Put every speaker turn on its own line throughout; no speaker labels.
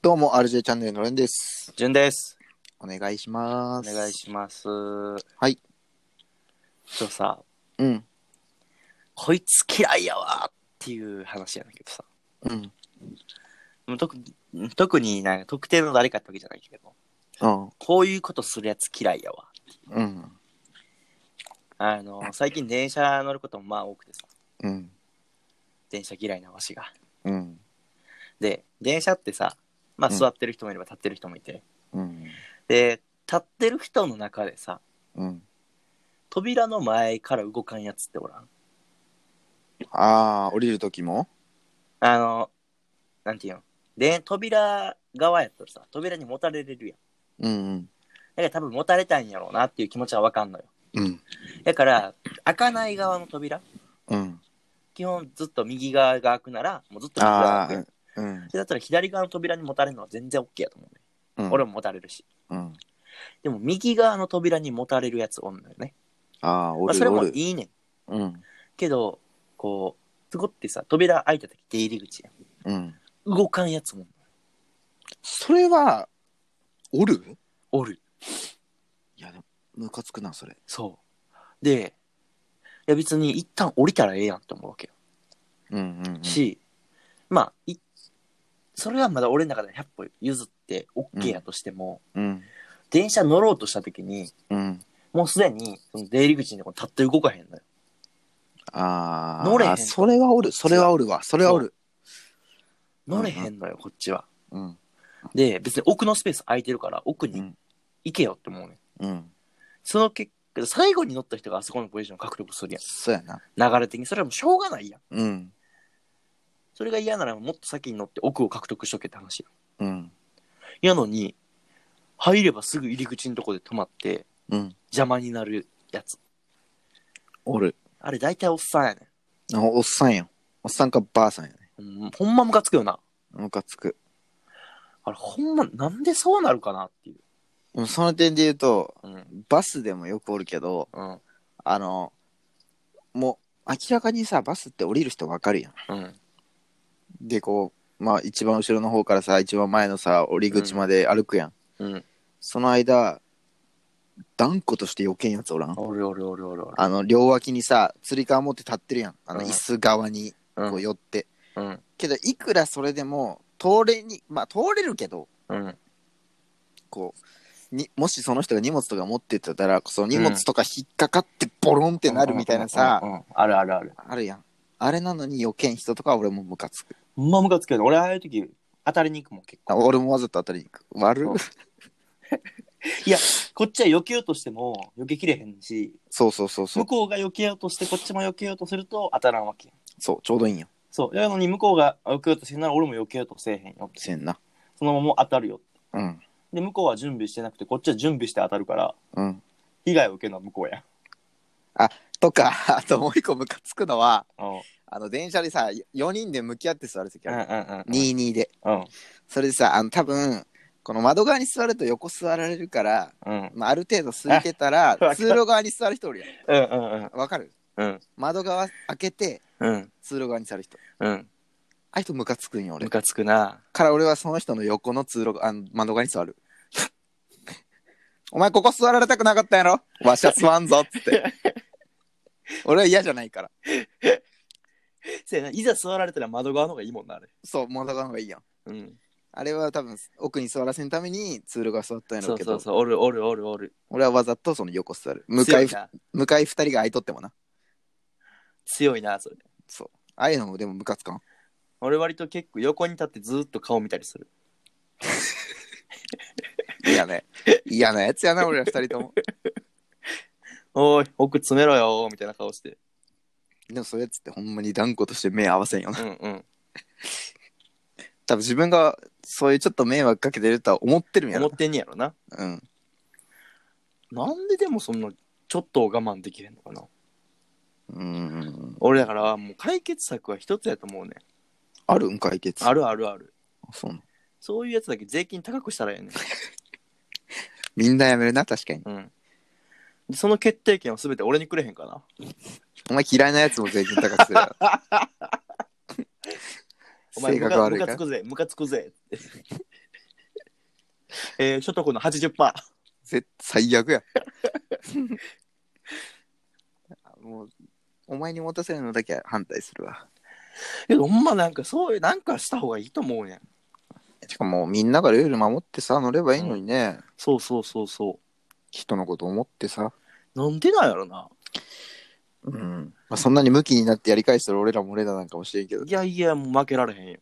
どうも、RJ チャンネルのれんです。
順です。
お願いし
お
ます。
願いします。
はい。
ちょっとさ、
うん。
こいつ嫌いやわーっていう話やねんけどさ。
うん。
もう特に特になんか特定の誰かってわけじゃないけど、
うん。
こういうことするやつ嫌いやわ。
うん。
あの、最近電車乗ることもまあ多くてさ、
うん。
電車嫌いなわしが。
うん。
で、電車ってさ、まあ
うん
座ってる人もいれば立ってる人もいて、
うん。
で、立ってる人の中でさ、
うん。
扉の前から動かんやつっておらん。
ああ、降りる時も
あの、なんていうので、扉側やったらさ、扉にもたれれるやん。
うん。
だから多分もたれたいんやろうなっていう気持ちはわかんのよ。
うん。
だから、開かない側の扉、
うん。
基本ずっと右側が開くなら、もうずっと右側が
あ
開くやん。
あ、うん。
でだったら左側の扉にもたれるのは全然 OK やと思うね。
うん。
俺ももたれるし。
うん。
でも右側の扉にもたれるやつおんのよね。
ああ、
まあ、
お
それ
るお
も
る。
いいねん。
うん。
けど、こう、そこってさ、扉開いた時出入り口やん。
うん。
動かんやつも
それは、おる
おる。
いや、でもムカつくな、それ。
そう。で、いや別に一旦降りたらええやんって思うわけよ。
うん。うん。
し、まあ、いそれはまだ俺の中で100歩譲って OK やとしても、
うん。
電車乗ろうとした時に、
うん。
もうすでにその出入り口にこう立って動かへんのよ。
あ
乗れへ
あ、
ん
それはおる。それはおるわ。それはおる。
乗れへんのよ、こっちは。
うん。
で、別に奥のスペース空いてるから、奥
う
に
ん
行けよって思うね。
うん。
その結果、最後に乗った人があそこのポジションを獲得する
そうやな。
やん。流れ的に、それはもうしょうがないやん。
うん。
それが嫌ならもっと先に乗って奥を獲得しとけって話や
うん。
ん。やのに、入ればすぐ入り口のとこで止まって、
うん。
邪魔になるやつ。
おる。
あれ大体おっさんやねん。
あおっさんやん。おっさんかばあさんやね。
うんほんまムカつくよな。
ムカつく。
あれほんま、なんでそうなるかなっていう。
でもその点で言うと、
うん。
バスでもよくおるけど、
うん。
あの、もう明らかにさ、バスって降りる人わかるやん。
うん。
で、こう、まあ一番後ろの方からさ、一番前のさ、降り口まで歩くやん。
うん。
その間、断固として避けんやつおらん。
おるおるおるおるおる。
あの、両脇にさ、つり革持って立ってるやん。あの、
うん
椅子側に
う。
こうん寄って。
うん。
けど、いくらそれでも、通れに、まあ通れるけど、
うん。
こうにもしその人が荷物とか持ってたらその荷物とか引っかかってボロンってなるみたいなさ、
うん。うんあるあるある。
あるやんあれなのに余計ん人とかは俺もムカつく
ほんまムカつくよね。俺ああいう時、当たりに行くもん結
あ
構。
俺もわざと当たりに行く悪
う
っ
んこっちは避けようとしても、避けきれへんし、
そうそうそうそう
向こうが避けようとして、こっちも避けようとすると当たらんわけやん。
そうちょうどいいんよ
そう。やのに向こうが避けようとしてんなら俺も避けようとせえへんよって。
せんな
そのまま当たるよ。
うん
で、向こうは準備してなくて、こっちは準備して当たるから、
うん
被害を受けるのは向こうや。
とか あともう一個ムカつくのは
うん。
あの電車でさ4人で向き合って座る時
うん
あ
う
る、
んうん。
22で
うん。
それでさあの多分この窓側に座ると横座られるから、
うん。
まあ、ある程度空いてたら
あわかる
通路側に座る人おるや
うんうん
んわかる
うん。
窓側開けて
うん。
通路側に座る人
うん。
あいつムカつくんよ俺
ムカつくな。
から俺はその人の横の通路あの窓側に座る お前ここ座られたくなかったやろわしゃ座んぞっつって 俺は嫌じゃないから
せやな、いざ座られたら窓側の方がいいもんな、あれ。
そう窓側の方がいいやん
うん。
あれは多分奥に座らせんために通路側座ったんやろ
そうう
けど
そうそう、おるおるおるおる。
俺はわざとその横座る向かい
強な。
向かい二人が空いとってもな
強いな、それ。
ああいうのもでもムカつかん
俺割と結構横に立ってずーっと顔見たりする。
嫌ね嫌なやつやな俺ら二人とも
おい、奥詰めろよー、みたいな顔して。
でもそういうやつってほんまに断固として目合わせんよな
うんうん。
多分自分がそういうちょっと迷惑かけてるとは思ってるんや
思っ
ろ
てんねやろな。
うん
なんででもそんな、ちょっと我慢できへんのかな。
うん
俺だから、もう解決策は一つやと思うね。
あるん解決
あるあるある。
そうなん
そういうやつだけ税金高くしたらええねん。
みんなやめるな確かに
うん。でその決定権を全て俺にくれへんかな。
お前嫌いなやつも税金高くするやろ
お前
性
ム
格
カ
悪い
ムカ
から
つくぜ、ムカつくぜ。 えー、所得の80%。
絶最悪や。 もう、お前に持たせるのだけは反対するわ。
いや、ほんまなんかそういう、なんかした方がいいと思うねん。
てかもうみんながルール守ってさ、乗ればいいのにね、
そうそうそうそ
人のこと思ってさ。
う。なんでなんやろな。
うん。まあ、そんなにムキになってやり返してる俺らも俺らなんかもしれんけど。
いやいや、もう負けられ へんよ。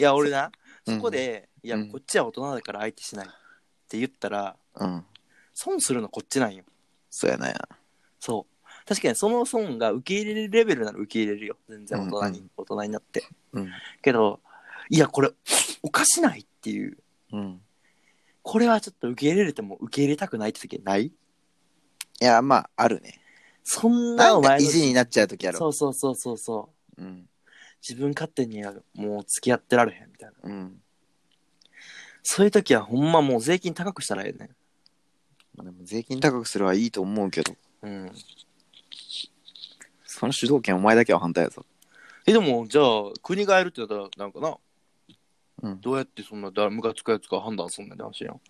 いや、俺な、
うん
そこで、いや
う、ん
こっちは大人だから相手しないって言ったら、
うん。
損するのこっちなんよ。
そうやなや。
そう。確かにその損が受け入れるレベルなら受け入れるよ。全然大人に、
うん
大人になって。
うん。
けど、いや、これ、おかしないっていう。
うん。
これはちょっと受け入れれても受け入れたくないって時ない
いや、まあ、あるね。
そんな
な
お
んか
前
意
の
地になっちゃうときやろ。
そうそうそうそうそう。
うん。
自分勝手にはもう付き合ってられへんみたいな。
うん。
そういう時はほんまもう税金高くしたらええね
まあでも税金高くするはいいと思うけど、
うん。
その主導権お前だけは反対やぞ。
え、でもじゃあ国がやるってなったらなんかな、
うん。
どうやってそんなだムカつくやつか判断すんねんって話やん。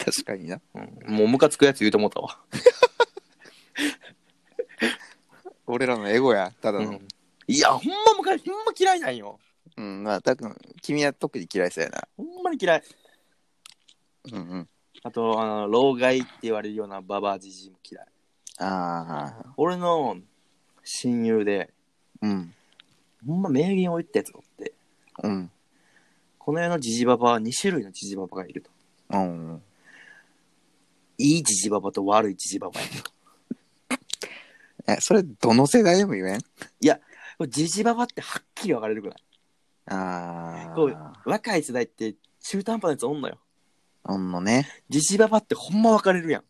確かにな。
うん、もうムカつくやつ言うてもうたわ。
俺らのエゴや、ただ
う
の。
ん。いや、ほんまムカ、ほんま嫌いなんよ。
うん、まあ、たくん、君は特に嫌いそうやな。
ほんまに嫌い。
うんうん。
あと、あの、老害って言われるようなババアじじいも嫌い。
ああ、
俺の親友で、
うん、
ほんま名言を言ったやつがおって、
うん、
この世のジジババは2種類のジジババがいると。
うん。
いいジジババと悪いジジババやと。
え、それ、どの世代でも言えん
これジジババってはっきり分かれるくない
あ
こう
あ、
若い世代って中途半端なやつおんのよ。
ほんのね。
ジジババってほんま分かれるやん。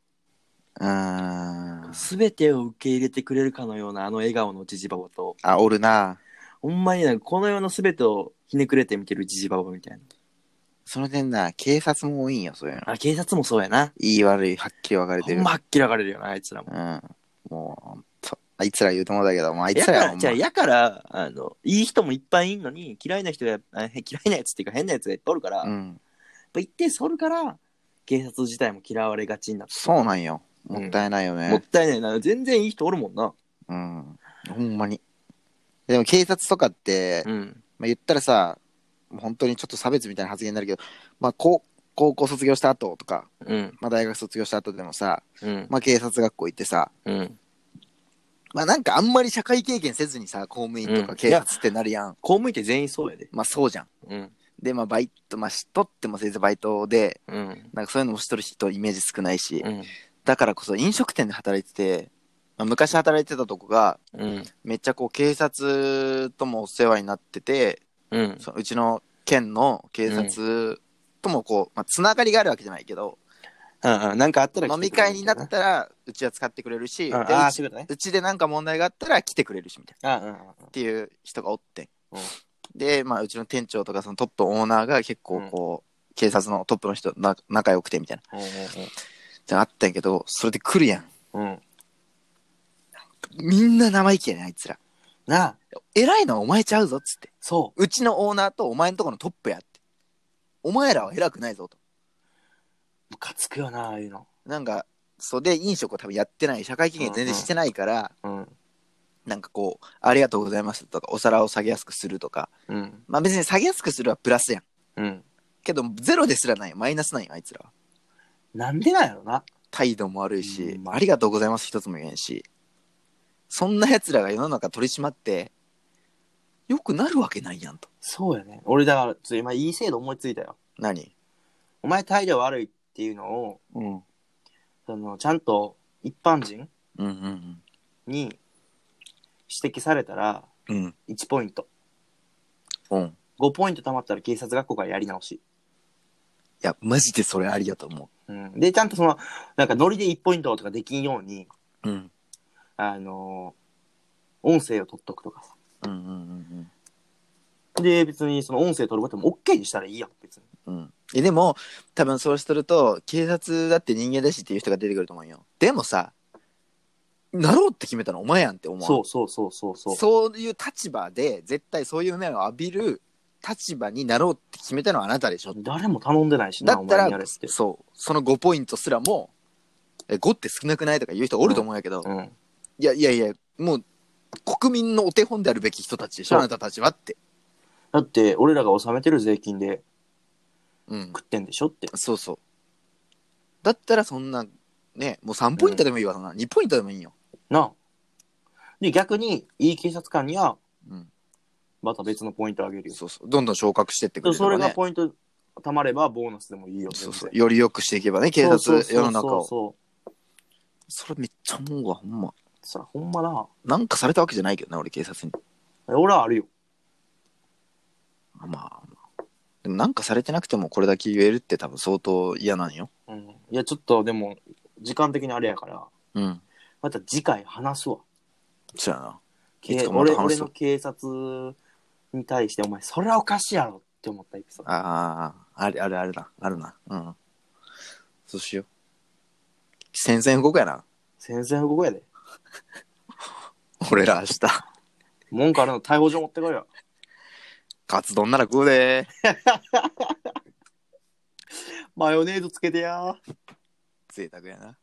あー
すべてを受け入れてくれるかのようなあの笑顔のジジババと、
あ、おるな。
ほんまになんかこの世のすべてをひねくれて見てるジジババみたいな。
その点な、警察も多いんよ、そういうの。
あ、警察もそうやな。
いい悪い、はっきり分かれ
ほ
て
ん
る。
まはっきり分かれるよな、あいつらも。
うん。もう、ほんとあいつら言うともだけど、もうあい
や
つ
から
や
ら、
ほん
じゃ
ま
あ、。やから、あの、いい人もいっぱいいんのに、嫌いな人が、あへ 嫌いなやつっていうか変なやつがいっぱいおるから、
う
やっ
ん。
ぱ一定数おるから、警察自体も嫌われがちになって、
そうなんよ。もったいないよ
もっ
ね。
たいないな。全然いい人おるもんな。
うん。ほんまに。でも警察とかって、
うん。
まあ、言ったらさもう本当にちょっと差別みたいな発言になるけど、まあ、高高校卒業した後とか、
うん。
まあ、大学卒業した後でもさ、
うん。
まあ、警察学校行ってさ、
うん。
まあ、なんかあんまり社会経験せずにさ公務員と
うん
か警察ってなるやん、
公務員って全員そうやで。
まあそうじゃん
うん。
でまあバイトまあしとってもせいぜいバイトで
うん。
なんかそういうのもしとる人イメージ少ないし、
うん。
だからこそ飲食店で働いてて、まあ、昔働いてたとこが
うん。
めっちゃこう警察ともお世話になってて
うん。
そううちの県の警察ともこう、まあ、つながりがあるわけじゃないけど、
うん。なんかあったら
飲み会になったらうちは使ってくれるし、でう
ああ、
ち
そういうことね。
うちでなんか問題があったら来てくれるしみたいな
ああ、
っていう人がおってん、
うん
で、まあ、うちの店長とかそのトップオーナーが結構こう、警察のトップの人とな仲良くてみたいな
うん。
ってあったんやけどそれで来るやん
うん。うん。
みんな生意気やねんあいつら
なあ、
偉いのはお前ちゃうぞっつって
そう
ちのオーナーとお前のとこのトップやってお前らは偉くないぞと
う。ムカつくよな、ああいうの。
なんか、そうで、飲食を多分やってない、社会経験全然してないから、
うん。
なんかこう、ありがとうございますとか、お皿を下げやすくするとか、
うん。
まあ別に下げやすくするはプラスやん。
うん。
けど、ゼロですらない、マイナスないよ、あいつらは。
なんでなんやろな。
態度も悪いし、
うん
ありがとうございます一つも言えんし、そんな奴らが世の中取り締まって、良くなるわけないやんと。
そうやね。俺だから、ちょっと今いい制度思いついたよ。
何
お前態度悪いっていうのを、
うん。うん
その、ちゃんと一般人
うん
に指摘されたら、
うん。うん。
1ポイント。
うん。
5ポイント貯まったら警察学校からやり直し。
いや、マジでそれありやと思
うん、で、ちゃんとその、なんかノリで1ポイントとかできんように、
う。うん。
あのー音声を取っとくとかさ。
うんうんうん
で、別にその音声取ることも OK にしたらいいやん、別に。
うん。うん。え、でも、多分そうすると、警察だって人間だしっていう人が出てくると思うよ。でもさ、なろうって決めたのお前やんって思う。
そうそうそうそうそう。
そういう立場で、絶対そういう面を浴びる立場になろうって決めたのはあなたでしょ
誰も頼んでないしな、
だった
お前にや
ら
れって。
そうその5ポイントすらもえ5って少なくないとか言う人おると思うんやけど、
うん。
いやいやいやもう国民のお手本であるべき人たちでしょ
そう
あなたたちはって、
だって、俺らが納めてる税金で
うん、
食ってんでしょって。
そうそうだったらそんなねもう3ポイントでもいいわ、そんな2ポイントでもいいよ、
なあ。で、逆に、いい警察官には、
うん、
また別のポイントあげるよ。
そうそうどんどん昇格してってくれ
で
る
それ
ね
がポイント貯まれば、ボーナスでもいいよ。
そうそう
全
より良くしていけばね警
然
察
そうそうそうそう
世の中を
そう
それめっちゃ思うわほんま
そら、ほんまな。
なんかされたわけじゃないけどな俺警察に
俺はあるよ。
まあまあでもなんかされてなくてもこれだけ言えるって多分相当嫌なんよ
うん。いや、ちょっと、でも、時間的にあれやから、
うん
また次回話すわ。
そうやな
け
いつかま
俺
た話
俺
す
の
わ
警察に対して、お前、それはおかしいやろって思ったエピソード。
あああるあるあるなあるなうんそうしよう宣戦布告やな
宣戦布告やで。
俺ら明日
文句あるの逮捕状持ってこいよ。
カツ丼なら食うで
マヨネーズつけてやー。
贅沢やな